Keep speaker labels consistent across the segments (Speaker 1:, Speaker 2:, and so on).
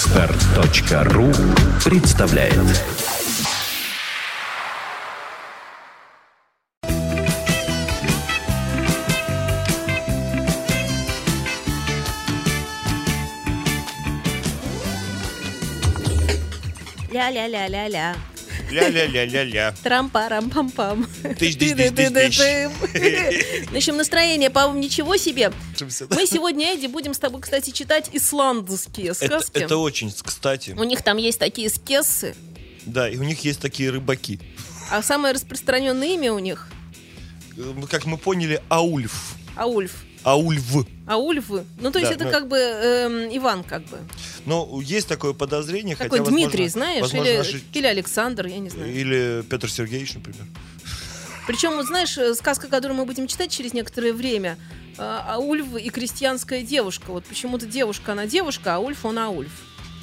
Speaker 1: Отстар.ру представляет
Speaker 2: Ля-ля-ля-ля-ля.
Speaker 3: Ля-ля-ля-ля-ля.
Speaker 2: Трам-парам-пам-пам.
Speaker 3: Тыщ-дыщ-дыщ-дыщ-дыщ.
Speaker 2: В общем, настроение, по-моему, ничего себе.
Speaker 3: Чемся, да.
Speaker 2: Мы сегодня, Эдди, будем с тобой, кстати, читать исландские
Speaker 3: Это,
Speaker 2: сказки.
Speaker 3: это очень, кстати.
Speaker 2: У них там есть такие скессы,
Speaker 3: Да, и у них есть такие рыбаки.
Speaker 2: а самое распространенное имя у них
Speaker 3: Э, ну, Как мы поняли, аульф.
Speaker 2: Аульф.
Speaker 3: Аульв.
Speaker 2: Аульвы. Ну, то есть
Speaker 3: Да,
Speaker 2: это
Speaker 3: ну-
Speaker 2: как бы эм, Иван, как бы.
Speaker 3: Но Ну, есть такое подозрение,
Speaker 2: Такой
Speaker 3: хотя,
Speaker 2: Дмитрий,
Speaker 3: возможно,
Speaker 2: знаешь,
Speaker 3: возможно,
Speaker 2: или,
Speaker 3: наши-
Speaker 2: или Александр, я не знаю.
Speaker 3: Или Петр Сергеевич, например.
Speaker 2: Причем, вот знаешь, э, сказка, которую мы будем читать через некоторое время, э, Аульф и крестьянская девушка. Вот почему-то девушка, она девушка, а Ульф, он Аульф.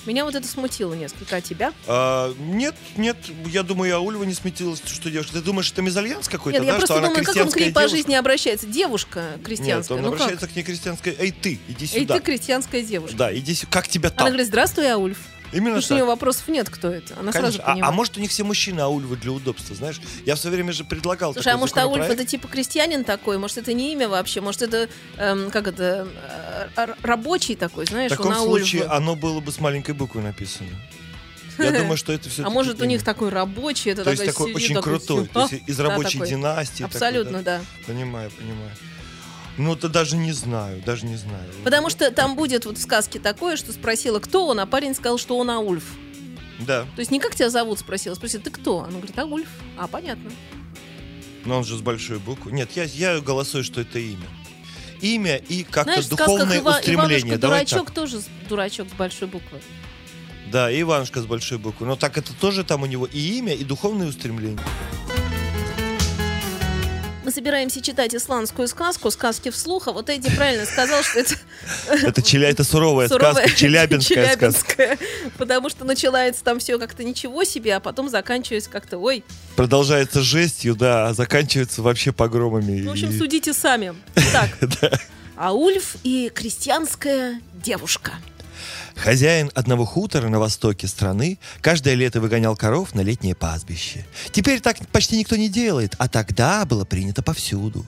Speaker 2: Меня вот это смутило несколько, а тебя?
Speaker 3: А, нет, нет, я думаю, и Аульва не смутилась, что девушка. Ты думаешь, это мезальянс какой-то,
Speaker 2: Нет,
Speaker 3: да?
Speaker 2: я просто
Speaker 3: что она
Speaker 2: думаю, как он к ней
Speaker 3: крестьянская
Speaker 2: по
Speaker 3: девушка?
Speaker 2: жизни обращается. Девушка
Speaker 3: Нет,
Speaker 2: крестьянская.
Speaker 3: он
Speaker 2: ну
Speaker 3: обращается к ней крестьянской. Эй, ты, иди
Speaker 2: как? Эй,
Speaker 3: сюда.
Speaker 2: ты крестьянская девушка.
Speaker 3: Да, иди сюда. Как тебя
Speaker 2: Она
Speaker 3: там?
Speaker 2: говорит, здравствуй, Аульф.
Speaker 3: Именно
Speaker 2: Потому что у нее
Speaker 3: так.
Speaker 2: вопросов нет, кто это. Она Ну, сразу
Speaker 3: Конечно. А- а,
Speaker 2: понимает.
Speaker 3: может, у них все мужчины аульвы для удобства, знаешь? Я в свое время же предлагал
Speaker 2: Слушай, а
Speaker 3: такой
Speaker 2: может, Аульф
Speaker 3: законопроект.
Speaker 2: это типа крестьянин такой? Может, это не имя вообще? Может, это, эм, как это, э, р- рабочий такой,
Speaker 3: В
Speaker 2: знаешь, он а
Speaker 3: таком
Speaker 2: Аульф.
Speaker 3: случае оно было бы с маленькой буквы написано. Я думаю, что это все
Speaker 2: А может, у них такой рабочий, это
Speaker 3: То есть
Speaker 2: такая
Speaker 3: такой
Speaker 2: сидит,
Speaker 3: очень
Speaker 2: такой,
Speaker 3: крутой,
Speaker 2: «Ха».
Speaker 3: то есть из
Speaker 2: Да,
Speaker 3: рабочей
Speaker 2: такой.
Speaker 3: династии. такой,
Speaker 2: Абсолютно,
Speaker 3: да.
Speaker 2: да.
Speaker 3: Понимаю, понимаю. Ну, это даже не знаю, даже не знаю.
Speaker 2: Потому что там будет вот в сказке такое, что спросила, кто он, а парень сказал, что он Аульф.
Speaker 3: Да,
Speaker 2: То есть не как тебя зовут, спросила, спросила, ты кто? Она говорит, Аульф. А, понятно.
Speaker 3: но он же с большой буквы. Нет, я, я голосую, что это имя. Имя и как-то
Speaker 2: Знаешь, в сказках
Speaker 3: духовное
Speaker 2: Ива-
Speaker 3: устремление.
Speaker 2: Иванушка
Speaker 3: Давай
Speaker 2: дурачок тоже с- дурачок с большой буквы.
Speaker 3: так. Да, и Иванушка с большой буквы. Но так это тоже там у него и имя, и духовное устремление.
Speaker 2: Мы собираемся читать исландскую сказку, сказки вслух, а вот Эдди правильно сказал, что это
Speaker 3: Это, челя, это суровая,
Speaker 2: суровая
Speaker 3: сказка, челябинская сказка.
Speaker 2: челябинская, потому что начинается там все как-то ничего себе, а потом заканчивается как-то, ой,
Speaker 3: Продолжается жестью, да, а заканчивается вообще погромами.
Speaker 2: Ну, в общем,
Speaker 3: И-
Speaker 2: судите сами. Так. А Ульф и крестьянская девушка.
Speaker 3: Хозяин одного хутора на востоке страны каждое лето выгонял коров на летнее пастбище. Теперь так почти никто не делает, а тогда было принято повсюду.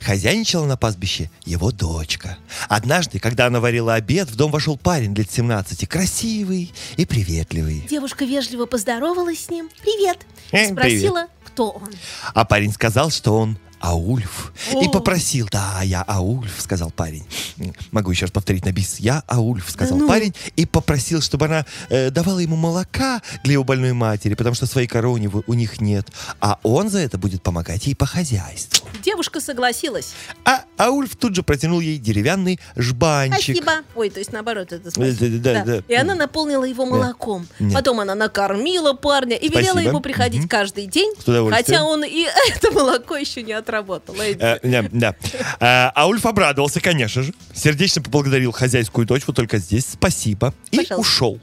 Speaker 3: Хозяйничала на пастбище его дочка. Однажды, когда она варила обед, в дом вошел парень лет 17, красивый и приветливый.
Speaker 2: Девушка вежливо поздоровалась с ним. Привет.
Speaker 3: Э,
Speaker 2: И Спросила, кто он.
Speaker 3: А парень сказал, что он Аульф. И
Speaker 2: О.
Speaker 3: попросил, да, я Аульф, сказал парень. М, Могу еще раз повторить на бис. Я Аульф, сказал
Speaker 2: ну.
Speaker 3: парень. И попросил, чтобы она э, давала ему молока для его больной матери, потому что своей коры у, него- у них нет. А он за это будет помогать ей по хозяйству.
Speaker 2: Девушка согласилась.
Speaker 3: А Аульф тут же протянул ей деревянный жбанчик.
Speaker 2: Спасибо. Ой, то есть наоборот это
Speaker 3: Э,
Speaker 2: спасибо.
Speaker 3: да, да, да.
Speaker 2: И она наполнила его молоком.
Speaker 3: Нет.
Speaker 2: Потом она накормила парня и велела
Speaker 3: Спасибо.
Speaker 2: ему приходить
Speaker 3: Мгм.
Speaker 2: каждый день.
Speaker 3: С удовольствием.
Speaker 2: Хотя он и это молоко еще не отработал. Эдди.
Speaker 3: Э, Да, да. Э, Аульф обрадовался, конечно же. Сердечно поблагодарил хозяйскую дочь, вот только здесь спасибо. И
Speaker 2: Пожалуйста.
Speaker 3: ушел.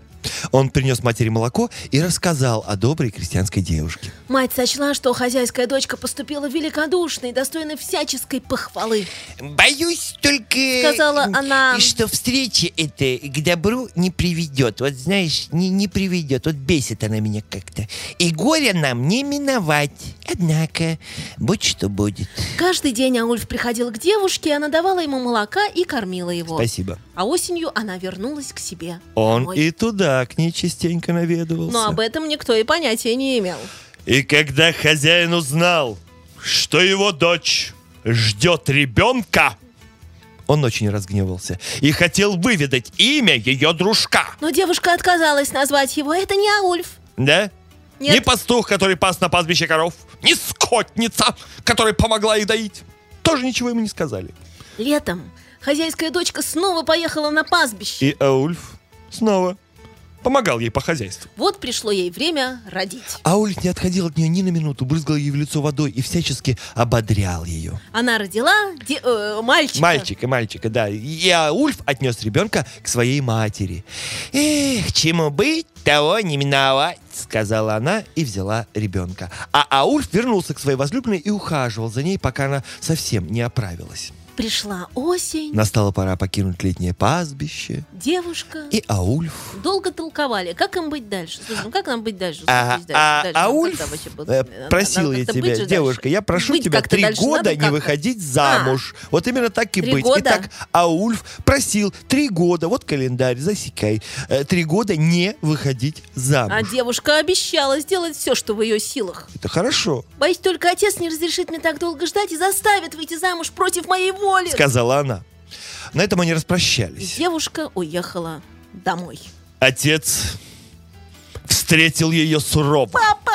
Speaker 3: Он принес матери молоко и рассказал о доброй крестьянской девушке.
Speaker 2: Мать сочла, что хозяйская дочка поступила великодушно и достойна всяческой похвалы.
Speaker 4: Боюсь только...
Speaker 2: Сказала она.
Speaker 4: Что встреча эта к добру не приведет. Вот знаешь, не, не приведет. Вот бесит она меня как-то. И горе нам не миновать. Однако, будь что будет.
Speaker 2: Каждый день Аульф приходил к девушке, и она давала ему молока и кормила его.
Speaker 3: Спасибо.
Speaker 2: А осенью она вернулась к себе.
Speaker 3: Он
Speaker 2: домой.
Speaker 3: и туда к ней частенько наведывался.
Speaker 2: Но Ну, а об этом никто и понятия не имел.
Speaker 3: И когда хозяин узнал, что его дочь ждет ребенка, он очень разгневался и хотел выведать имя ее дружка.
Speaker 2: Но девушка отказалась назвать его. Это не Аульф.
Speaker 3: Да?
Speaker 2: Нет.
Speaker 3: Ни пастух, который пас на пастбище коров, ни скотница, которая помогла их доить. Тоже ничего ему не сказали.
Speaker 2: Летом хозяйская дочка снова поехала на пастбище.
Speaker 3: И Аульф снова помогал ей по хозяйству.
Speaker 2: Вот пришло ей время родить.
Speaker 3: Аульф не отходил от нее ни на минуту, брызгал ей в лицо водой и всячески ободрял ее.
Speaker 2: Она родила де- э, мальчика.
Speaker 3: Мальчика, мальчика, да. И Аульф отнес ребенка к своей матери.
Speaker 4: Эх, чему быть, того не миновать.
Speaker 3: Сказала она и взяла а ребенка. А Аульф вернулся к своей возлюбленной и ухаживал за ней, пока она совсем не оправилась.
Speaker 2: Пришла осень,
Speaker 3: Настала пора покинуть летнее пастбище,
Speaker 2: девушка.
Speaker 3: и Аульф
Speaker 2: Долго толковали. Как им быть дальше? Слушай, ну как нам быть дальше?
Speaker 4: А,
Speaker 2: Слушай,
Speaker 4: а,
Speaker 2: дальше,
Speaker 4: а
Speaker 2: ну,
Speaker 4: Ульф
Speaker 2: когда вообще было?
Speaker 4: э,
Speaker 2: Надо-
Speaker 4: просил
Speaker 2: надо
Speaker 4: я
Speaker 2: как-то быть
Speaker 4: тебя,
Speaker 2: же
Speaker 4: девушка,
Speaker 2: дальше.
Speaker 4: я прошу
Speaker 2: Быть
Speaker 4: тебя
Speaker 2: как-то
Speaker 4: три
Speaker 2: дальше
Speaker 4: года
Speaker 2: надо
Speaker 4: не
Speaker 2: как-то. А.
Speaker 4: выходить замуж. Вот именно так и
Speaker 2: Три
Speaker 4: быть.
Speaker 2: года?
Speaker 4: Итак, Аульф просил три года, вот календарь, засекай, э, три года не выходить
Speaker 2: А
Speaker 4: замуж.
Speaker 2: девушка обещала сделать все, что в ее силах.
Speaker 4: Это хорошо,
Speaker 2: Боюсь, только отец не разрешит мне так долго ждать и заставит выйти замуж против моей воли.
Speaker 4: сказала она.
Speaker 3: На этом они
Speaker 2: И
Speaker 3: распрощались.
Speaker 2: девушка уехала домой.
Speaker 3: Отец встретил ее сурово. Папа!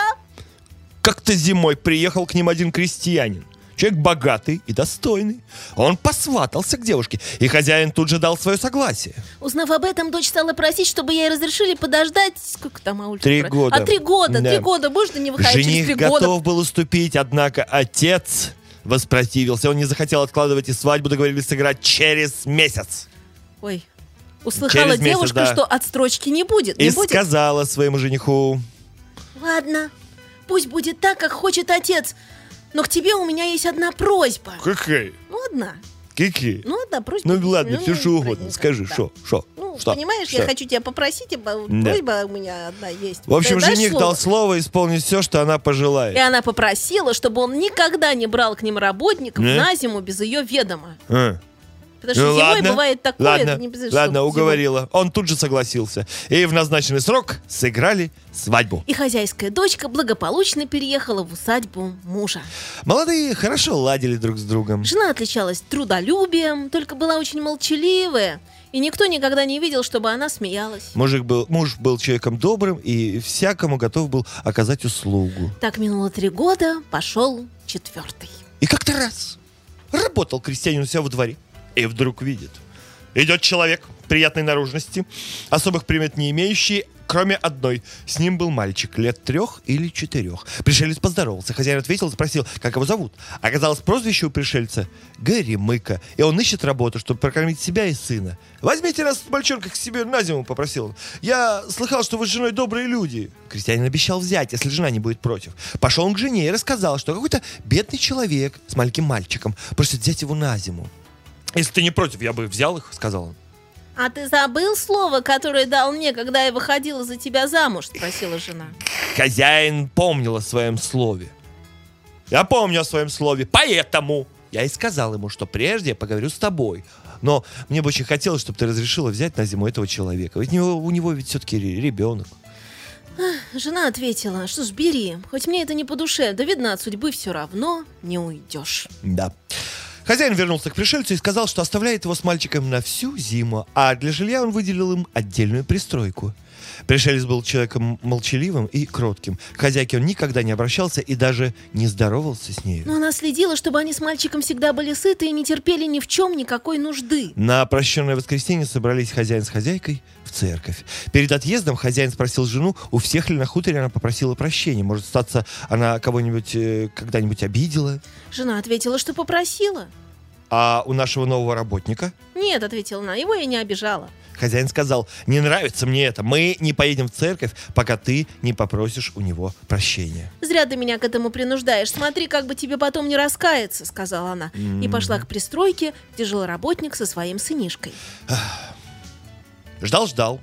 Speaker 3: Как-то зимой приехал к ним один крестьянин. Человек богатый и достойный. Он посватался к девушке, и хозяин тут же дал свое согласие.
Speaker 2: Узнав об этом, дочь стала просить, чтобы ей разрешили подождать... Сколько там Аульф?
Speaker 3: Три
Speaker 2: про-
Speaker 3: года.
Speaker 2: А три года,
Speaker 3: Да.
Speaker 2: три года. Можно не выходить Ну, через три
Speaker 3: Жених
Speaker 2: года.
Speaker 3: готов был уступить, однако отец воспротивился. Он не захотел откладывать и свадьбу, договорились сыграть через месяц.
Speaker 2: Ой. Услыхала
Speaker 3: Через месяц,
Speaker 2: девушка,
Speaker 3: да.
Speaker 2: что отстрочки не будет. Не
Speaker 3: и
Speaker 2: будет.
Speaker 3: сказала своему жениху,
Speaker 2: Ладно, пусть будет так, как хочет отец. Но к тебе у меня есть одна просьба.
Speaker 3: какая,
Speaker 2: Ну, одна.
Speaker 3: какие?
Speaker 2: Ну, одна просьба.
Speaker 3: Ну ладно, все что угодно,
Speaker 2: правильно,
Speaker 3: скажи,
Speaker 2: да.
Speaker 3: что, что,
Speaker 2: Ну,
Speaker 3: что,
Speaker 2: понимаешь,
Speaker 3: что?
Speaker 2: я хочу тебя попросить, ибо вот
Speaker 3: Да.
Speaker 2: просьба у меня одна есть.
Speaker 3: В общем,
Speaker 2: Ты дашь
Speaker 3: жених
Speaker 2: слово?
Speaker 3: дал слово исполнить все, что она
Speaker 2: И
Speaker 3: пожелает.
Speaker 2: она попросила, чтобы он никогда не брал к ним работников
Speaker 3: Не?
Speaker 2: на зиму без ее ведома.
Speaker 3: А.
Speaker 2: Потому что
Speaker 3: Ну,
Speaker 2: зимой
Speaker 3: ладно,
Speaker 2: бывает такое.
Speaker 3: Ладно,
Speaker 2: не без-
Speaker 3: ладно,
Speaker 2: что зимой.
Speaker 3: уговорила. Он тут же согласился. И в назначенный срок сыграли свадьбу.
Speaker 2: И хозяйская дочка благополучно переехала в усадьбу мужа.
Speaker 3: Молодые хорошо ладили друг с другом.
Speaker 2: Жена отличалась трудолюбием, только была очень молчаливая, и никто никогда не видел, чтобы она смеялась.
Speaker 3: Мужик был, муж был человеком добрым и всякому готов был оказать услугу.
Speaker 2: Так минуло три года, пошел четвертый.
Speaker 3: И как-то раз работал крестьянин у себя во дворе. И вдруг видит. Идет человек приятной наружности, особых примет не имеющий, кроме одной. С ним был мальчик лет трех или четырех. Пришелец поздоровался. Хозяин ответил, спросил, как его зовут. Оказалось, прозвище у пришельца Горемыка. И он ищет работу, чтобы прокормить себя и сына. «Возьмите нас, мальчонка, к себе на зиму», — попросил он. «Я слыхал, что вы с женой добрые люди». Крестьянин обещал взять, если жена не будет против. Пошел он к жене и рассказал, что какой-то бедный человек с маленьким мальчиком просит взять его на зиму. «Если ты не против, я бы взял их», — сказал он.
Speaker 2: А ты забыл слово, которое дал мне, когда я выходила за тебя замуж? Спросила жена.
Speaker 3: Хозяин помнил о своем слове. Я помню о своем слове, поэтому я и сказал ему, что прежде я поговорю с тобой. Но мне бы очень хотелось, чтобы ты разрешила взять на зиму этого человека. Ведь у него, у него ведь все-таки ре- ребенок.
Speaker 2: Жена ответила, что ж, бери, хоть мне это не по душе, да видно, от судьбы все равно не уйдешь.
Speaker 3: Да. Хозяин вернулся к пришельцу и сказал, что оставляет его с мальчиком на всю зиму, а для жилья он выделил им отдельную пристройку. Пришелец был человеком молчаливым и кротким. К хозяйке он никогда не обращался и даже не здоровался с нею.
Speaker 2: Но она следила, чтобы они с мальчиком всегда были сыты и не терпели ни в чем никакой нужды.
Speaker 3: На прощенное воскресенье собрались хозяин с хозяйкой в церковь. Перед отъездом хозяин спросил жену, у всех ли на хуторе она попросила прощения. Может, статься, она кого-нибудь э, когда-нибудь обидела.
Speaker 2: Жена ответила, что попросила.
Speaker 3: А у нашего нового работника
Speaker 2: Нет, ответила она, его я не обижала.
Speaker 3: хозяин сказал, не нравится мне это, мы не поедем в церковь, пока ты не попросишь у него прощения.
Speaker 2: Зря ты меня к этому принуждаешь. Смотри, как бы тебе потом не раскаяться, сказала она. И пошла к пристройке, где жил работник со своим сынишкой.
Speaker 3: Ждал-ждал,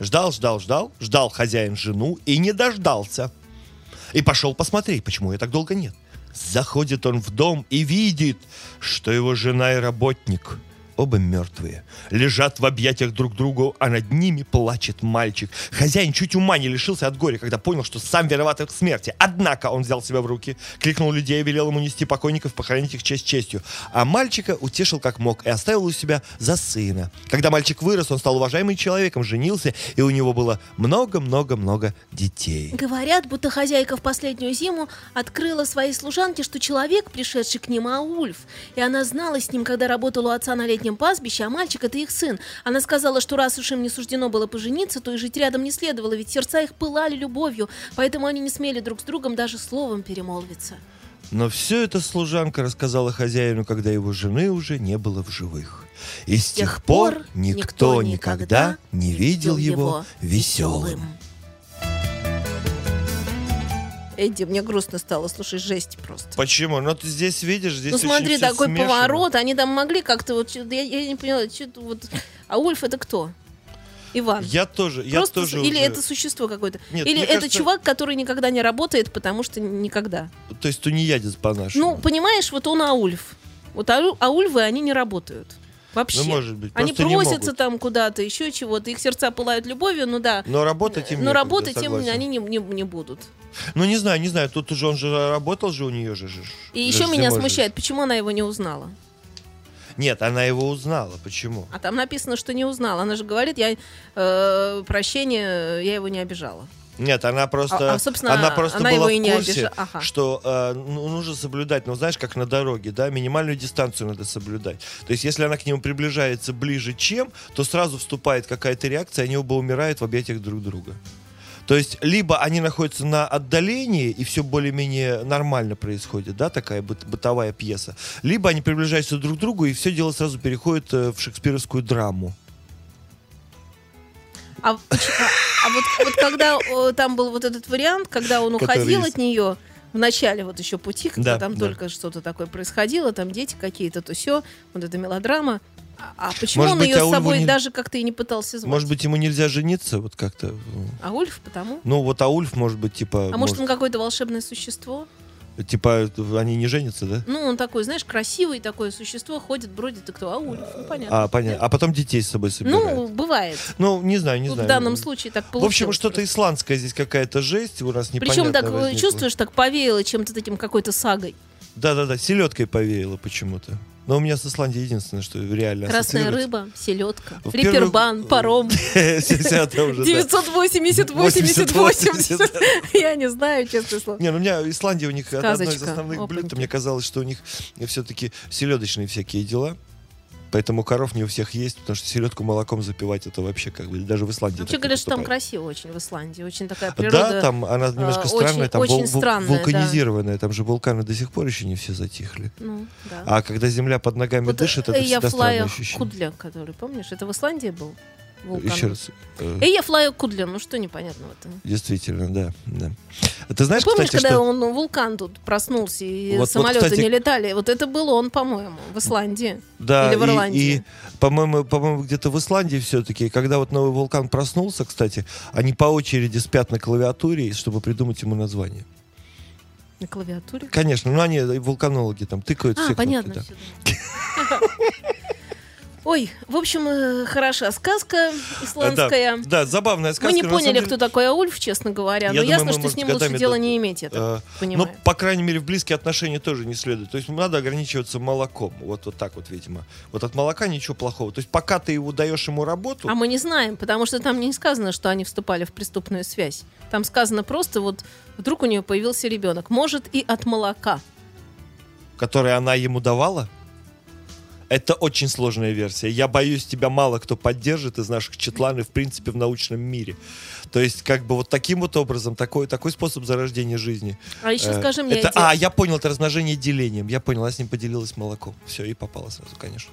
Speaker 3: ждал-ждал-ждал, ждал хозяин жену и не дождался. И пошел посмотреть, почему ее так долго нет. Заходит он в дом и видит, что его жена и работник оба мертвые. Лежат в объятиях друг другу, а над ними плачет мальчик. Хозяин чуть ума не лишился от горя, когда понял, что сам виноват в их смерти. Однако он взял себя в руки, кликнул людей и велел ему нести покойников, похоронить их честь честью. А мальчика утешил как мог и оставил у себя за сына. Когда мальчик вырос, он стал уважаемым человеком, женился, и у него было много-много-много детей.
Speaker 2: Говорят, будто хозяйка в последнюю зиму открыла своей служанке, что человек, пришедший к ним, Аульф. И она знала с ним, когда работала у отца на летнем пастбище, а мальчик — это их сын. Она сказала, что раз уж им не суждено было пожениться, то и жить рядом не следовало, ведь сердца их пылали любовью, поэтому они не смели друг с другом даже словом перемолвиться.
Speaker 3: Но все это служанка рассказала хозяину, когда его жены уже не было в живых. И с тех пор никто никогда не видел его веселым.
Speaker 2: Эдди, мне грустно стало, слушай, жесть просто.
Speaker 3: Почему? Ну ты здесь видишь, здесь
Speaker 2: ну
Speaker 3: очень
Speaker 2: смотри,
Speaker 3: всё
Speaker 2: такой
Speaker 3: смешано.
Speaker 2: поворот, они там могли как-то вот, чё- я, я не поняла, чё это вот, а Ульф это кто? Иван.
Speaker 3: Я тоже, я
Speaker 2: Просто
Speaker 3: тоже
Speaker 2: с- или
Speaker 3: уже-
Speaker 2: это существо какое-то,
Speaker 3: Нет,
Speaker 2: или
Speaker 3: мне
Speaker 2: это
Speaker 3: кажется-
Speaker 2: чувак, который никогда не работает, потому что никогда.
Speaker 3: То есть тунеядец по-нашему.
Speaker 2: Ну, понимаешь, вот он Аульф. Вот Ау- Аульвы, они не работают. Вообще.
Speaker 3: Ну, может быть.
Speaker 2: они
Speaker 3: просто не
Speaker 2: просятся
Speaker 3: могут.
Speaker 2: там куда-то, еще чего-то. Их сердца пылают любовью, ну да.
Speaker 3: Но работать им
Speaker 2: Но
Speaker 3: некогда,
Speaker 2: работать им
Speaker 3: согласен.
Speaker 2: они не, не- не будут.
Speaker 3: Ну не знаю, не знаю, тут уже он же работал же у нее же. же-
Speaker 2: И
Speaker 3: же
Speaker 2: еще
Speaker 3: ж
Speaker 2: меня
Speaker 3: зимой же.
Speaker 2: смущает, почему она его не узнала.
Speaker 3: Нет, она его узнала. Почему?
Speaker 2: А там написано, что не узнала. Она же говорит, я э, прощение, я его не обижала.
Speaker 3: Нет, она просто,
Speaker 2: А- а, собственно,
Speaker 3: она просто
Speaker 2: она
Speaker 3: была
Speaker 2: его и
Speaker 3: в
Speaker 2: не
Speaker 3: курсе,
Speaker 2: обижа- ага.
Speaker 3: что э, ну, нужно соблюдать, ну знаешь, как на дороге, да, минимальную дистанцию надо соблюдать. То есть, если она к нему приближается ближе, чем, то сразу вступает какая-то реакция, они оба умирают в объятиях друг друга. То есть, либо они находятся на отдалении, и все более-менее нормально происходит, да, такая быт- бытовая пьеса. Либо они приближаются друг к другу, и все дело сразу переходит э, в шекспировскую драму.
Speaker 2: А, поч- а- а вот, вот когда э, там был вот этот вариант, когда он
Speaker 3: Который
Speaker 2: уходил
Speaker 3: есть.
Speaker 2: от нее в начале вот еще пути, когда
Speaker 3: Да,
Speaker 2: там
Speaker 3: да.
Speaker 2: только что-то такое происходило, там дети какие-то, то все, вот эта мелодрама. А- А почему
Speaker 3: Может
Speaker 2: он
Speaker 3: быть,
Speaker 2: ее с
Speaker 3: Аульву
Speaker 2: собой
Speaker 3: не-
Speaker 2: даже как-то и не пытался звать?
Speaker 3: Может быть, ему нельзя жениться, вот как-то. ну, м.
Speaker 2: А Ульф потому?
Speaker 3: Ну, вот Аульф, может быть, типа...
Speaker 2: А может,
Speaker 3: может-
Speaker 2: он какое-то волшебное существо?
Speaker 3: Типа, это они не женятся, да?
Speaker 2: Ну, он такой, знаешь, красивый такое существо, ходит, бродит, и кто? А Ульф, ну понятно.
Speaker 3: А, понятно. А потом детей с собой
Speaker 2: ну,
Speaker 3: собирают.
Speaker 2: бывает.
Speaker 3: Ну, не знаю, не
Speaker 2: Тут в
Speaker 3: знаю.
Speaker 2: данном случае так
Speaker 3: В
Speaker 2: получилось.
Speaker 3: общем, что-то
Speaker 2: просто.
Speaker 3: исландская здесь какая-то жесть у нас непонятно
Speaker 2: Причем так э,
Speaker 3: возникла.
Speaker 2: чувствуешь, так повеяло чем-то таким какой-то сагой.
Speaker 3: Да-да-да, селедкой повеяло почему-то. Но у меня с Исландией единственное, что реально
Speaker 2: Красная
Speaker 3: ассоциируется.
Speaker 2: рыба, селедка,
Speaker 3: В первую-
Speaker 2: фрипербан, паром.
Speaker 3: Ся-ся, да, а уже, да.
Speaker 2: 980, 80, 80. Я не знаю, честное слово.
Speaker 3: Не, ну у меня Исландия у них одно из
Speaker 2: Сказочка.
Speaker 3: основных блюд.
Speaker 2: Опаньки.
Speaker 3: Мне казалось, что у них все-таки селедочные всякие дела. Поэтому коров не у всех есть, потому что селедку молоком запивать это вообще как бы даже в Исландии.
Speaker 2: Вообще
Speaker 3: так не
Speaker 2: говорят, что там
Speaker 3: поступают.
Speaker 2: красиво очень в Исландии. Очень такая
Speaker 3: А, Да,
Speaker 2: природа.
Speaker 3: там она немножко
Speaker 2: э,
Speaker 3: странная,
Speaker 2: очень-
Speaker 3: там
Speaker 2: очень
Speaker 3: вул- вул-
Speaker 2: странная,
Speaker 3: вулканизированная, там же вулканы до сих пор еще не все затихли.
Speaker 2: Ну, да.
Speaker 3: А когда земля под ногами
Speaker 2: Вот э,
Speaker 3: дышит, это
Speaker 2: Эйя
Speaker 3: всегда странное
Speaker 2: Флая
Speaker 3: ощущение.
Speaker 2: Кудля, который, помнишь, это в Исландии был? Вулкан.
Speaker 3: Еще раз. э,
Speaker 2: Эйя Флая Кудля, ну что непонятного там?
Speaker 3: Действительно, да, да. А Ты знаешь,
Speaker 2: Помнишь,
Speaker 3: кстати,
Speaker 2: когда
Speaker 3: что...
Speaker 2: он ну, вулкан тут проснулся и
Speaker 3: Вот- вот,
Speaker 2: самолеты
Speaker 3: кстати,
Speaker 2: не летали? Вот это был он, по-моему, в Исландии.
Speaker 3: Да,
Speaker 2: или в
Speaker 3: и- и,
Speaker 2: Ирландии?
Speaker 3: по-моему, по-моему, где-то в Исландии все-таки, когда вот новый вулкан проснулся, кстати, они по очереди спят на клавиатуре, чтобы придумать ему название.
Speaker 2: На клавиатуре.
Speaker 3: Конечно, ну они э, вулканологи там тыкают
Speaker 2: А,
Speaker 3: все кнопки,
Speaker 2: понятно.
Speaker 3: да.
Speaker 2: всё, да. Ой, в общем, э, хороша сказка исландская.
Speaker 3: А, Э, Да, да, забавная сказка.
Speaker 2: Мы не
Speaker 3: но на самом
Speaker 2: поняли,
Speaker 3: деле- Э,
Speaker 2: кто такой Аульф, честно говоря,
Speaker 3: Я
Speaker 2: но
Speaker 3: думаю,
Speaker 2: ясно,
Speaker 3: мы,
Speaker 2: что с
Speaker 3: может,
Speaker 2: ним лучше
Speaker 3: годами
Speaker 2: дела
Speaker 3: это-
Speaker 2: не иметь, я так
Speaker 3: Э,
Speaker 2: понимаю.
Speaker 3: Ну, по крайней мере, в близкие отношения тоже не следует. То есть надо ограничиваться молоком. Вот, вот так вот, видимо. Вот от молока ничего плохого. То есть пока ты его даешь ему работу,
Speaker 2: А мы не знаем, потому что там не сказано, что они вступали в преступную связь. Там сказано просто, вот вдруг у нее появился ребенок. Может, и от молока.
Speaker 3: который она ему давала, это очень сложная версия. Я боюсь, тебя мало кто поддержит из наших четлан и, в принципе, в научном мире. То есть, как бы вот таким вот образом, такой, такой способ зарождения жизни.
Speaker 2: А еще
Speaker 3: Э,
Speaker 2: скажи мне,
Speaker 3: это-
Speaker 2: Эдди,
Speaker 3: А, я понял, это размножение делением. Я понял, она с ним поделилась молоком. Все, и попала сразу, конечно.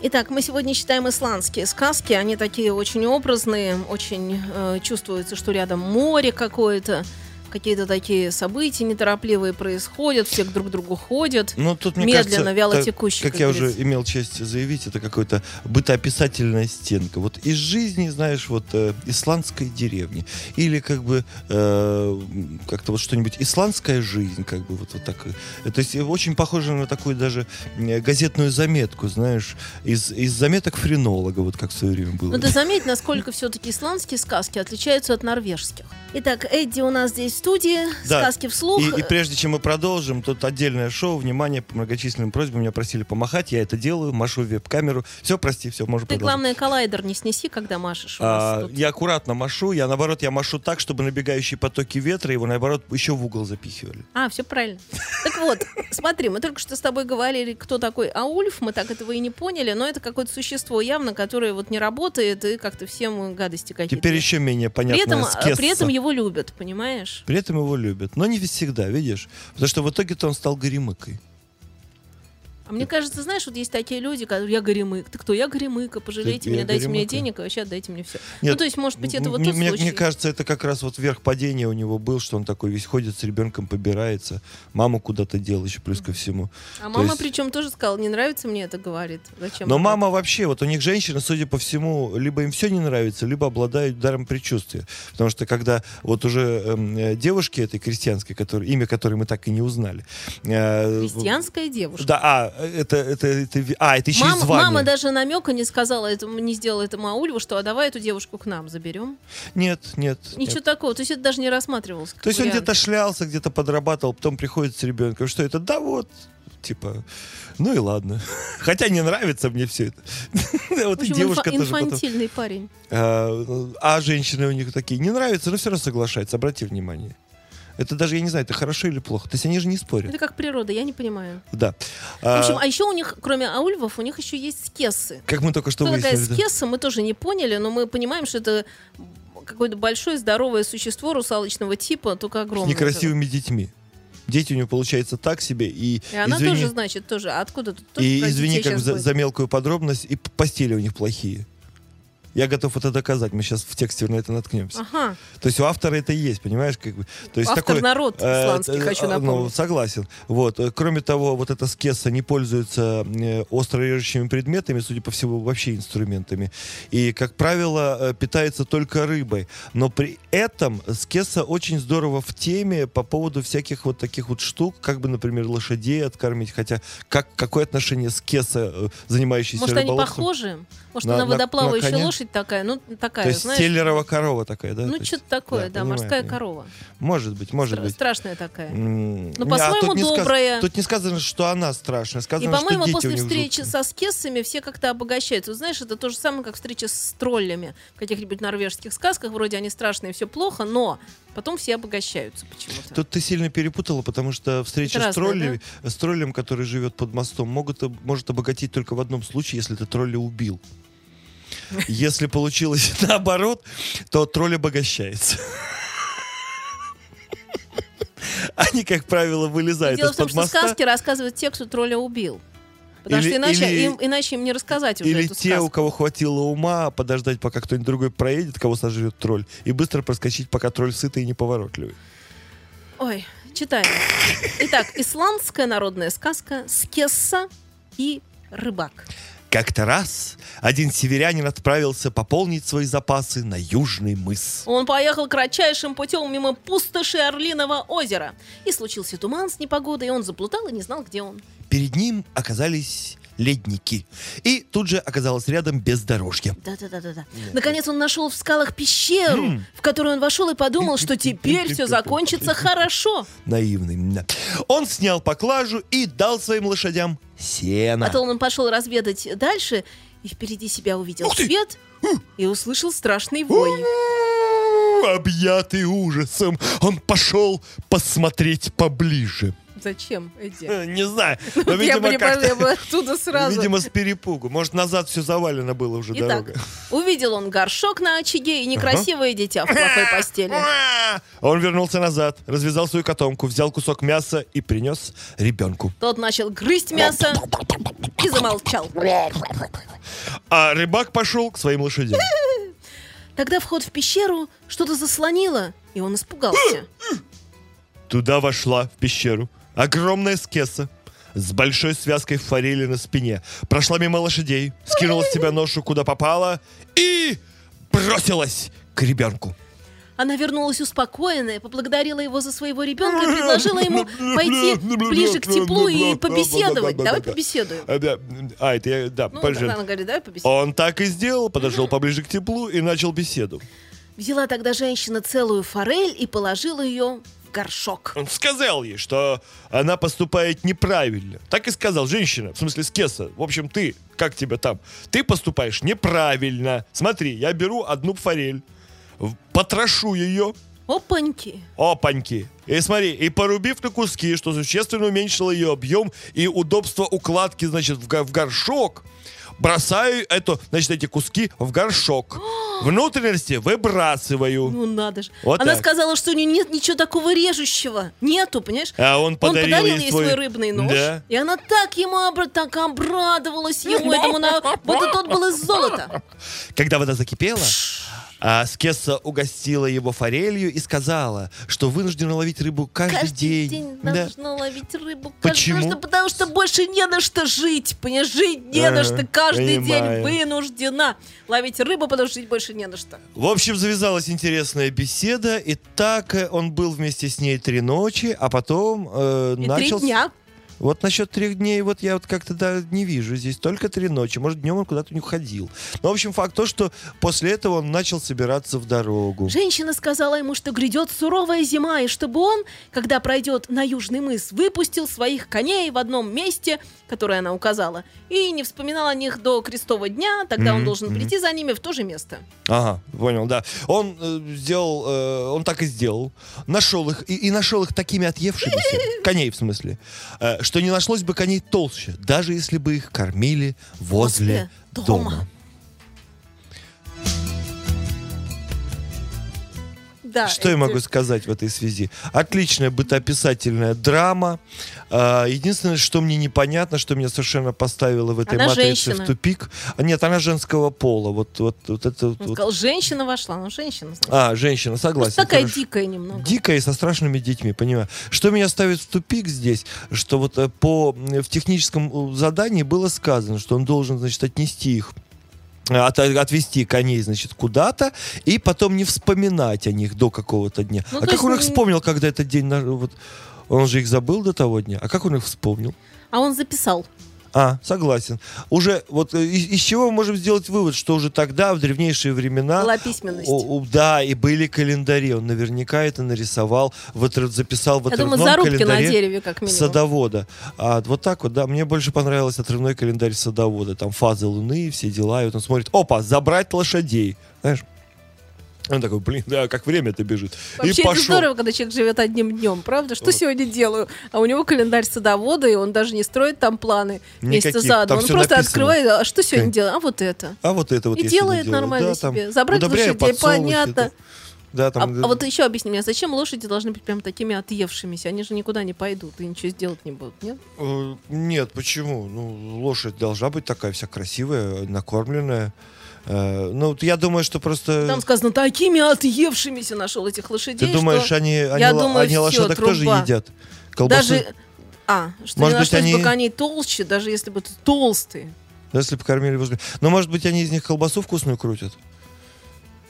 Speaker 2: Итак, мы сегодня читаем исландские сказки. Они такие очень образные, очень э, чувствуется, что рядом море какое-то, какие-то такие события неторопливые происходят, все друг к другу ходят.
Speaker 3: Ну, тут, мне
Speaker 2: Медленно,
Speaker 3: кажется,
Speaker 2: вяло
Speaker 3: та-
Speaker 2: текущий,
Speaker 3: как
Speaker 2: как
Speaker 3: я
Speaker 2: говорится.
Speaker 3: уже имел честь заявить, это какая-то бытоописательная стенка. Вот из жизни, знаешь, вот э, исландской деревни. Или как бы э, м, как-то вот что-нибудь исландская жизнь, как бы вот, вот так. Э, То есть э, очень похоже на такую даже э, газетную заметку, знаешь, из, из заметок френолога, вот как в свое время было.
Speaker 2: Ну ты заметь, насколько все-таки исландские сказки отличаются от норвежских. Итак, Эдди у нас здесь в студии.
Speaker 3: Да.
Speaker 2: Сказки вслух.
Speaker 3: И, и прежде чем мы продолжим, тут отдельное шоу. Внимание, по многочисленным просьбам меня просили помахать. Я это делаю, машу в веб-камеру. Все, прости, все, можно
Speaker 2: Ты,
Speaker 3: продолжать.
Speaker 2: главное, коллайдер не снеси, когда машешь. у нас
Speaker 3: А,
Speaker 2: тут.
Speaker 3: я аккуратно машу, я наоборот, я машу так, чтобы набегающие потоки ветра его наоборот еще в угол запихивали.
Speaker 2: А, все правильно. Так вот, смотри, мы только что с тобой говорили, кто такой Аульф, мы так этого и не поняли, но это какое-то существо явно, которое вот не работает и как-то всем гадости какие-то.
Speaker 3: Теперь еще менее понятно.
Speaker 2: при этом, а, при этом его любят, понимаешь?
Speaker 3: при этом его любят, но не всегда, видишь, потому что в итоге-то он стал горемыкой.
Speaker 2: А мне кажется, знаешь, вот есть такие люди, которые я горемык. Ты кто? Я горемыка, пожалейте
Speaker 3: Я
Speaker 2: меня, дайте мне
Speaker 3: горемыка.
Speaker 2: денег, а вообще отдайте мне все.
Speaker 3: Нет,
Speaker 2: ну, то есть, может быть, это вот
Speaker 3: мне,
Speaker 2: тот
Speaker 3: мне-
Speaker 2: случай.
Speaker 3: мне кажется, это как раз вот верх падения у него был, что он такой весь ходит с ребенком, побирается, маму куда-то дел еще плюс ко всему.
Speaker 2: а мама
Speaker 3: есть-
Speaker 2: причем тоже сказала, не нравится мне это, говорит. Зачем?
Speaker 3: Но
Speaker 2: это?
Speaker 3: мама вообще, вот у них женщины, судя по всему, либо им все не нравится, либо обладают даром предчувствия. Потому что когда вот уже эм, э, девушки этой крестьянской, которые, имя которой мы так и не узнали. э,
Speaker 2: Крестьянская девушка.
Speaker 3: Да, а, это, это, это, ви- а, это еще и
Speaker 2: Мама,
Speaker 3: звание.
Speaker 2: мама даже намека не сказала, этому, не сделала этому Аульву, что а давай эту девушку к нам заберем.
Speaker 3: Нет, нет. нет.
Speaker 2: Ничего такого. То есть это даже не рассматривалось. как
Speaker 3: То есть он
Speaker 2: вариант.
Speaker 3: где-то шлялся, где-то подрабатывал, потом приходит с ребенком. Что это? Да вот, типа, ну и ладно. Хотя не нравится мне все это. Да,
Speaker 2: В
Speaker 3: Вот и
Speaker 2: общем,
Speaker 3: девушка
Speaker 2: инфа-
Speaker 3: тоже потом.
Speaker 2: инфантильный парень.
Speaker 3: А а женщины у них такие, не нравится, но все равно соглашается. Обрати внимание. Это даже, я не знаю, это хорошо или плохо. То есть они же не спорят.
Speaker 2: Это как природа, я не понимаю.
Speaker 3: Да.
Speaker 2: В
Speaker 3: А,
Speaker 2: общем, а еще у них, кроме аульвов, у них еще есть скесы.
Speaker 3: Как мы только что
Speaker 2: Кто такая
Speaker 3: выяснили. да.
Speaker 2: скесса, мы тоже не поняли, но мы понимаем, что это какое-то большое здоровое существо русалочного типа, только
Speaker 3: С
Speaker 2: огромное.
Speaker 3: некрасивыми детьми. Дети у него получается так себе. И,
Speaker 2: И она
Speaker 3: извини,
Speaker 2: тоже, значит, тоже. а Откуда тут тоже
Speaker 3: И
Speaker 2: про
Speaker 3: извини
Speaker 2: детей
Speaker 3: как
Speaker 2: щас
Speaker 3: за,
Speaker 2: будет?
Speaker 3: за мелкую подробность, и п- постели у них плохие. Я готов это доказать, мы сейчас в тексте на это наткнемся.
Speaker 2: Ага.
Speaker 3: То есть у автора это и есть, понимаешь? Как бы. То есть
Speaker 2: Автор
Speaker 3: такой,
Speaker 2: народ
Speaker 3: э,
Speaker 2: исландский,
Speaker 3: э,
Speaker 2: хочу
Speaker 3: э, Ну,
Speaker 2: напомнить.
Speaker 3: согласен. Вот. Э, Кроме того, вот эта скесса не пользуется э, остро режущими предметами, судя по всему, вообще инструментами. И, как правило, э, питается только рыбой. Но при этом скесса очень здорово в теме по поводу всяких вот таких вот штук, как бы, например, лошадей откормить. Хотя как, какое отношение скесса, э, занимающаяся
Speaker 2: Может, они
Speaker 3: рыболовством?
Speaker 2: похожи? Может,
Speaker 3: На-
Speaker 2: она
Speaker 3: на-
Speaker 2: водоплавающая
Speaker 3: на коня?
Speaker 2: лошадь такая? Ну, такая,
Speaker 3: То есть
Speaker 2: знаешь.
Speaker 3: стеллерова корова такая, да? То
Speaker 2: Ну,
Speaker 3: есть-
Speaker 2: что-то такое,
Speaker 3: да,
Speaker 2: да,
Speaker 3: понимаю,
Speaker 2: морская
Speaker 3: понимаю.
Speaker 2: корова.
Speaker 3: Может быть, может
Speaker 2: Стра-
Speaker 3: быть.
Speaker 2: Страшная такая.
Speaker 3: Ну,
Speaker 2: Ну, по-своему, добрая.
Speaker 3: Тут не сказано, что она страшная,
Speaker 2: И,
Speaker 3: сказано,
Speaker 2: по-моему,
Speaker 3: что дети у
Speaker 2: после
Speaker 3: них
Speaker 2: встречи
Speaker 3: жуткие.
Speaker 2: со скессами все как-то обогащаются. Вот знаешь, это то же самое, как встреча с троллями в каких-нибудь норвежских сказках. Вроде они страшные, все плохо, но потом все обогащаются почему-то.
Speaker 3: Тут ты сильно перепутала, потому что встреча
Speaker 2: Это
Speaker 3: с,
Speaker 2: разное,
Speaker 3: троллем, с троллем, который живет под мостом, могут, об- может обогатить только в одном случае, если ты тролля убил. Если получилось наоборот, то тролль обогащается. Они, как правило, вылезают
Speaker 2: Дело в том,
Speaker 3: из-под
Speaker 2: что
Speaker 3: моста.
Speaker 2: сказки рассказывают те, кто тролля убил. Потому
Speaker 3: Или-
Speaker 2: что иначе
Speaker 3: или-
Speaker 2: им, иначе им не рассказать уже
Speaker 3: Или
Speaker 2: эту
Speaker 3: те, у
Speaker 2: сказку.
Speaker 3: кого хватило ума подождать, пока кто-нибудь другой проедет, кого сожрет тролль, и быстро проскочить, пока тролль сытый и неповоротливый.
Speaker 2: Ой, читаем. Итак, исландская народная сказка «Скесса и рыбак».
Speaker 3: Как-то раз один северянин отправился пополнить свои запасы на Южный мыс.
Speaker 2: Он поехал кратчайшим путем мимо пустоши Орлиного озера. И случился туман с непогодой, и он заплутал и не знал, где он.
Speaker 3: Перед ним оказались ледники. И тут же оказалось рядом бездорожье.
Speaker 2: Да-да-да-да. Наконец он нашел в скалах пещеру, в которую он вошел и подумал, что теперь все закончится хорошо.
Speaker 3: Наивный. мда. Он снял поклажу и дал своим лошадям сено.
Speaker 2: Потом А он пошел разведать дальше и впереди себя увидел
Speaker 3: Ух ты!
Speaker 2: свет и услышал страшный вой.
Speaker 3: Объятый ужасом, он пошел посмотреть поближе.
Speaker 2: Зачем, Эдди?
Speaker 3: Э, Не знаю, но,
Speaker 2: Я
Speaker 3: видимо,
Speaker 2: бы я
Speaker 3: как-то...
Speaker 2: бы оттуда сразу.
Speaker 3: Видимо, с перепугу. Может, назад все завалено было уже
Speaker 2: Итак,
Speaker 3: дорога.
Speaker 2: увидел он горшок на очаге и некрасивое дитя в плохой постели.
Speaker 3: А! Он вернулся назад, развязал свою котомку, взял кусок мяса и принес ребенку.
Speaker 2: Тот начал грызть мясо и замолчал.
Speaker 3: А рыбак пошел к своим лошадям.
Speaker 2: Тогда вход в пещеру что-то заслонило, и он испугался.
Speaker 3: Туда вошла в пещеру огромная скеса с большой связкой форели на спине. Прошла мимо лошадей, скинула с себя ношу куда попала и бросилась к ребенку.
Speaker 2: Она вернулась успокоенная, поблагодарила его за своего ребенка и предложила ему пойти ближе к теплу и побеседовать. Давай побеседуем.
Speaker 3: А, да, а, это я, да,
Speaker 2: Ну,
Speaker 3: пожалуйста.
Speaker 2: она говорит, давай побеседуем.
Speaker 3: Он так и сделал, подошел поближе к теплу и начал беседу.
Speaker 2: Взяла тогда женщина целую форель и положила ее в горшок.
Speaker 3: Он сказал ей, что она поступает неправильно. Так и сказал, женщина, в смысле скеса, в общем, ты, как тебя там, ты поступаешь неправильно. Смотри, я беру одну форель, в- потрошу ее,
Speaker 2: Опаньки.
Speaker 3: опаньки, и смотри, и порубив на куски, что существенно уменьшило ее объем и удобство укладки, значит, в, го- в горшок, бросаю эту, значит, эти куски в горшок. Внутренности выбрасываю.
Speaker 2: Ну надо же.
Speaker 3: Вот
Speaker 2: Она
Speaker 3: так.
Speaker 2: сказала, что у нее нет ничего такого режущего. Нету, понимаешь?
Speaker 3: А он
Speaker 2: Он
Speaker 3: подарил,
Speaker 2: подарил
Speaker 3: ей
Speaker 2: ей
Speaker 3: свой-
Speaker 2: свой рыбный нож,
Speaker 3: Да.
Speaker 2: и она так ему обра- так обрадовалась ему, этому на... вот это тот был из золота.
Speaker 3: Когда вода закипела, а Скесса угостила его форелью и сказала, что вынуждена ловить рыбу каждый,
Speaker 2: Каждый день,
Speaker 3: Да.
Speaker 2: должна ловить рыбу.
Speaker 3: Почему?
Speaker 2: Каждый- потому что больше не на что жить, понимаешь? Жить не на
Speaker 3: Ага,
Speaker 2: что. Каждый
Speaker 3: понимаю.
Speaker 2: день вынуждена ловить рыбу, потому что жить больше не на что.
Speaker 3: В общем, завязалась интересная беседа, и так э, он был вместе с ней три ночи, а потом э,
Speaker 2: И
Speaker 3: начал...
Speaker 2: три дня.
Speaker 3: Вот насчет трех дней, вот я вот как-то да, не вижу здесь, только три ночи. Может, днем он куда-то не уходил. Но, в общем, факт то, что после этого он начал собираться в дорогу.
Speaker 2: Женщина сказала ему, что грядет суровая зима, и чтобы он, когда пройдет на Южный мыс, выпустил своих коней в одном месте, которое она указала, и не вспоминал о них до крестового дня, тогда он
Speaker 3: Мгм,
Speaker 2: должен
Speaker 3: мгм.
Speaker 2: прийти за ними в то же место.
Speaker 3: Ага, понял, да. Он э, сделал, э, он так и сделал. Нашел их, и, и нашел их такими отъевшимися, коней в смысле, э, что не нашлось бы коней толще, даже если бы их кормили возле,
Speaker 2: Возле
Speaker 3: дома.
Speaker 2: дома. Да,
Speaker 3: Что я
Speaker 2: А, это-
Speaker 3: могу сказать в этой связи? Отличная бытописательная драма. А, Единственное, что мне непонятно, что меня совершенно поставило в этой
Speaker 2: Она
Speaker 3: матрице
Speaker 2: женщина.
Speaker 3: в тупик. А, Нет, она женского пола. Вот, вот, вот это вот-
Speaker 2: Он сказал, женщина вошла, ну женщина. значит.
Speaker 3: А, женщина, согласен.
Speaker 2: Просто такая
Speaker 3: хорошо.
Speaker 2: дикая немного.
Speaker 3: Дикая и со страшными детьми, понимаю. Что меня ставит в тупик здесь, что вот э, по э, в техническом э, задании было сказано, что он должен, значит, отнести их э, от- отвести коней, значит, куда-то и потом не вспоминать о них до какого-то дня.
Speaker 2: Ну,
Speaker 3: а
Speaker 2: то
Speaker 3: как
Speaker 2: есть
Speaker 3: он их
Speaker 2: не-
Speaker 3: вспомнил, когда этот день... на- Вот, он же их забыл до того дня. А как он их вспомнил?
Speaker 2: А он записал.
Speaker 3: А, согласен. Уже вот э, из, из чего мы можем сделать вывод, что уже тогда, в древнейшие времена...
Speaker 2: Была письменность.
Speaker 3: О, о, да, и были календари. Он наверняка это нарисовал, вот записал в
Speaker 2: Я
Speaker 3: отрывном
Speaker 2: думаю, зарубки на
Speaker 3: календаре
Speaker 2: дереве, как минимум.
Speaker 3: садовода. А, вот так вот, да. Мне больше понравился отрывной календарь садовода. Там фазы луны, и все дела. И вот он смотрит, опа, забрать лошадей. Знаешь? Он такой, блин, да, как время-то бежит.
Speaker 2: Вообще
Speaker 3: и пошел.
Speaker 2: это здорово, когда человек живет одним днем, правда? Что сегодня делаю? А у него календарь садовода, и он даже не строит там планы месяца
Speaker 3: Никаких,
Speaker 2: заодно.
Speaker 3: там
Speaker 2: Он
Speaker 3: всё
Speaker 2: просто
Speaker 3: написано.
Speaker 2: открывает, а что сегодня
Speaker 3: Кон-
Speaker 2: делаю? А вот это.
Speaker 3: А вот это вот
Speaker 2: и
Speaker 3: я
Speaker 2: делает
Speaker 3: сегодня делаю.
Speaker 2: нормально
Speaker 3: Да, там
Speaker 2: себе. Забрать
Speaker 3: удобряю
Speaker 2: лошадей,
Speaker 3: подсолнухи,
Speaker 2: понятно.
Speaker 3: Да, Да,
Speaker 2: А,
Speaker 3: там,
Speaker 2: а вот еще объясни мне, зачем лошади должны быть прям такими отъевшимися? Они же никуда не пойдут и ничего сделать не будут, нет?
Speaker 3: Э, Нет, почему? Ну, лошадь должна быть такая вся красивая, накормленная. Э, Ну, вот я думаю, что просто...
Speaker 2: Там сказано, такими отъевшимися нашел этих лошадей,
Speaker 3: Э. ты думаешь,
Speaker 2: что
Speaker 3: они, они,
Speaker 2: Я
Speaker 3: л-
Speaker 2: думаю,
Speaker 3: они
Speaker 2: всё,
Speaker 3: лошадок тоже
Speaker 2: труба.
Speaker 3: едят? Колбасы,
Speaker 2: даже... А, что
Speaker 3: Может
Speaker 2: не
Speaker 3: быть,
Speaker 2: нашлось бы
Speaker 3: они-
Speaker 2: коней толще, даже если бы толстые.
Speaker 3: если покормили возле... Ну, может быть, они из них колбасу вкусную крутят?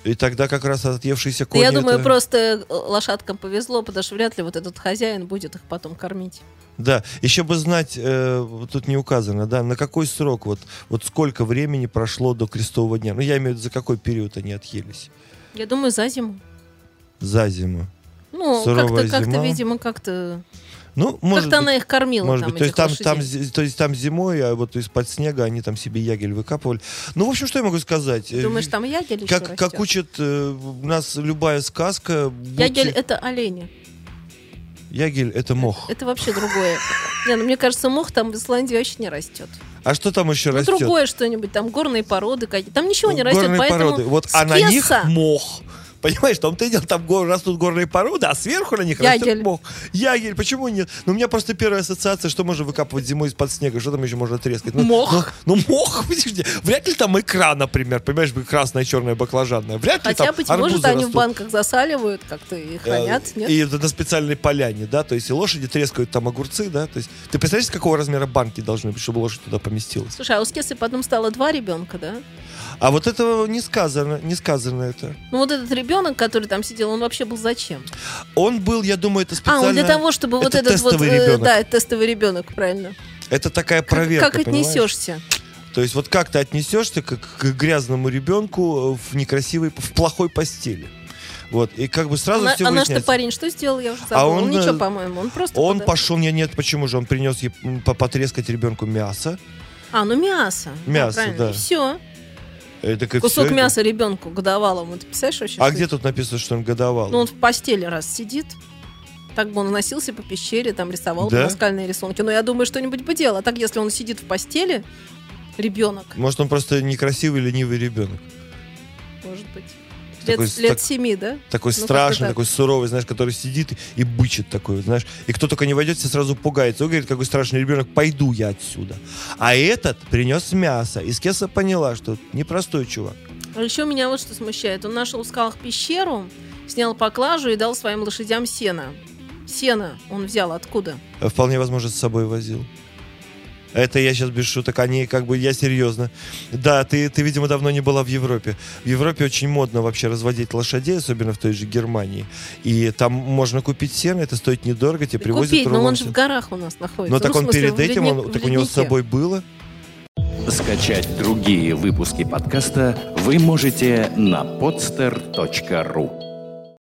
Speaker 3: И тогда как раз отъевшиеся
Speaker 2: Да
Speaker 3: кони...
Speaker 2: я думаю,
Speaker 3: это-
Speaker 2: просто э, лошадкам повезло, потому что вряд ли вот этот хозяин будет их потом кормить.
Speaker 3: Да, еще бы знать, э, вот тут не указано, да, на какой срок, вот, вот сколько времени прошло до крестового дня. Ну, я имею в виду, за какой период они отъелись.
Speaker 2: Я думаю, за зиму.
Speaker 3: За зиму.
Speaker 2: Ну,
Speaker 3: Суровая
Speaker 2: как-то, как-то,
Speaker 3: зима.
Speaker 2: видимо, как-то...
Speaker 3: Ну, может
Speaker 2: как-то
Speaker 3: быть,
Speaker 2: она их кормила
Speaker 3: Может
Speaker 2: там,
Speaker 3: быть, то есть
Speaker 2: этих
Speaker 3: там, там,
Speaker 2: лошадей.
Speaker 3: зи- то есть там зимой, а вот из-под снега они там себе ягель выкапывали. Ну, в общем, что я могу сказать? Э,
Speaker 2: Думаешь, там ягель еще
Speaker 3: как, как
Speaker 2: растет?
Speaker 3: учит э, в- нас любая сказка, будьте-
Speaker 2: Ягель — это олени.
Speaker 3: ягель это мох.
Speaker 2: Это вообще другое. Не, ну мне кажется, мох там в Исландии вообще не растет.
Speaker 3: А что там еще
Speaker 2: Ну,
Speaker 3: растет?
Speaker 2: другое что-нибудь, там горные породы какие-то. Там ничего не растет,
Speaker 3: горные
Speaker 2: поэтому...
Speaker 3: породы. Вот а на них
Speaker 2: скеса-
Speaker 3: мох. Понимаешь, там ты дело, там го- растут горные породы, а сверху на них
Speaker 2: Ягель.
Speaker 3: растет мох. Ягель, почему нет? Ну, у меня просто первая ассоциация, что можно выкапывать зимой из-под снега, что там еще можно трескать. Ну,
Speaker 2: Мох.
Speaker 3: Ну, ну, мох, подожди. Вряд ли там икра, например, понимаешь, красная, черная, баклажанная. Вряд ли
Speaker 2: Хотя,
Speaker 3: там
Speaker 2: быть
Speaker 3: арбузы
Speaker 2: может, они в
Speaker 3: растут.
Speaker 2: банках засаливают как-то и хранят,
Speaker 3: Э,
Speaker 2: нет?
Speaker 3: И это на специальной поляне, да, то есть и лошади трескают там огурцы, да, то есть ты представляешь, какого размера банки должны быть, чтобы лошадь туда поместилась?
Speaker 2: Слушай, а у Скесы потом стало два ребенка, да?
Speaker 3: А вот этого не сказано, не сказано это.
Speaker 2: Ну вот этот ребенок, который там сидел, он вообще был зачем?
Speaker 3: Он был, я думаю, это
Speaker 2: А,
Speaker 3: специально...
Speaker 2: он для того, чтобы вот
Speaker 3: Это
Speaker 2: этот вот...
Speaker 3: тестовый
Speaker 2: э,
Speaker 3: ребенок.
Speaker 2: Да, это тестовый ребенок, правильно.
Speaker 3: Это такая
Speaker 2: Как-
Speaker 3: проверка,
Speaker 2: Как
Speaker 3: понимаешь?
Speaker 2: отнесешься?
Speaker 3: То есть вот как ты отнесешься к, к грязному ребенку в некрасивой, в плохой постели? Вот, и как бы сразу
Speaker 2: Она-
Speaker 3: все
Speaker 2: А наш-то
Speaker 3: выясняется.
Speaker 2: парень что сделал, я уже забыла.
Speaker 3: А
Speaker 2: он,
Speaker 3: он, э,
Speaker 2: ничего, по-моему, он просто...
Speaker 3: Он
Speaker 2: пода-
Speaker 3: пошел, нет, нет, почему же? Он принес ей м, по- потрескать ребенку мясо.
Speaker 2: А, ну мясо.
Speaker 3: Мясо, да.
Speaker 2: И все.
Speaker 3: Э, так и
Speaker 2: Кусок
Speaker 3: всё.
Speaker 2: мяса ребенку годовалому. Ты представляешь вообще?
Speaker 3: А
Speaker 2: что
Speaker 3: где
Speaker 2: это?
Speaker 3: тут написано, что он годовал?
Speaker 2: Ну он в постели раз сидит. Так бы он носился по пещере, там рисовал
Speaker 3: Да?
Speaker 2: наскальные рисунки. Но я думаю, что-нибудь бы делал. А так, если он сидит в постели, ребенок,
Speaker 3: Ну. Может, он просто некрасивый, ленивый ребенок.
Speaker 2: может быть. быть. Лет,
Speaker 3: Такой с-
Speaker 2: лет
Speaker 3: так-
Speaker 2: семи, да?
Speaker 3: Такой
Speaker 2: Ну,
Speaker 3: страшный,
Speaker 2: как-то так.
Speaker 3: такой суровый, знаешь, который сидит и бычит такой, вот, знаешь. И кто только не войдет, все сразу пугается. Он говорит, какой страшный ребенок, пойду я отсюда. А этот принес мясо. И Скеса поняла, что непростой чувак.
Speaker 2: А еще меня вот что смущает. Он нашел в скалах пещеру, снял поклажу и дал своим лошадям сено. Сено он взял откуда?
Speaker 3: А Вполне возможно, с собой возил. Это я сейчас без шуток, они как бы, я серьезно. Да, ты, ты, видимо, давно не была в Европе. В Европе очень модно вообще разводить лошадей, особенно в той же Германии. И там можно купить сено, это стоит недорого, тебе привозят
Speaker 2: Купить, но
Speaker 3: рулон
Speaker 2: он же
Speaker 3: сена.
Speaker 2: в горах у нас находится.
Speaker 3: Но
Speaker 2: Ну,
Speaker 3: так
Speaker 2: в
Speaker 3: он
Speaker 2: смысле,
Speaker 3: перед
Speaker 2: в
Speaker 3: этим, он,
Speaker 2: ледник-
Speaker 3: так
Speaker 2: в
Speaker 3: у него с
Speaker 2: леднике.
Speaker 3: собой было.
Speaker 1: Скачать другие выпуски подкаста вы можете на podster.ru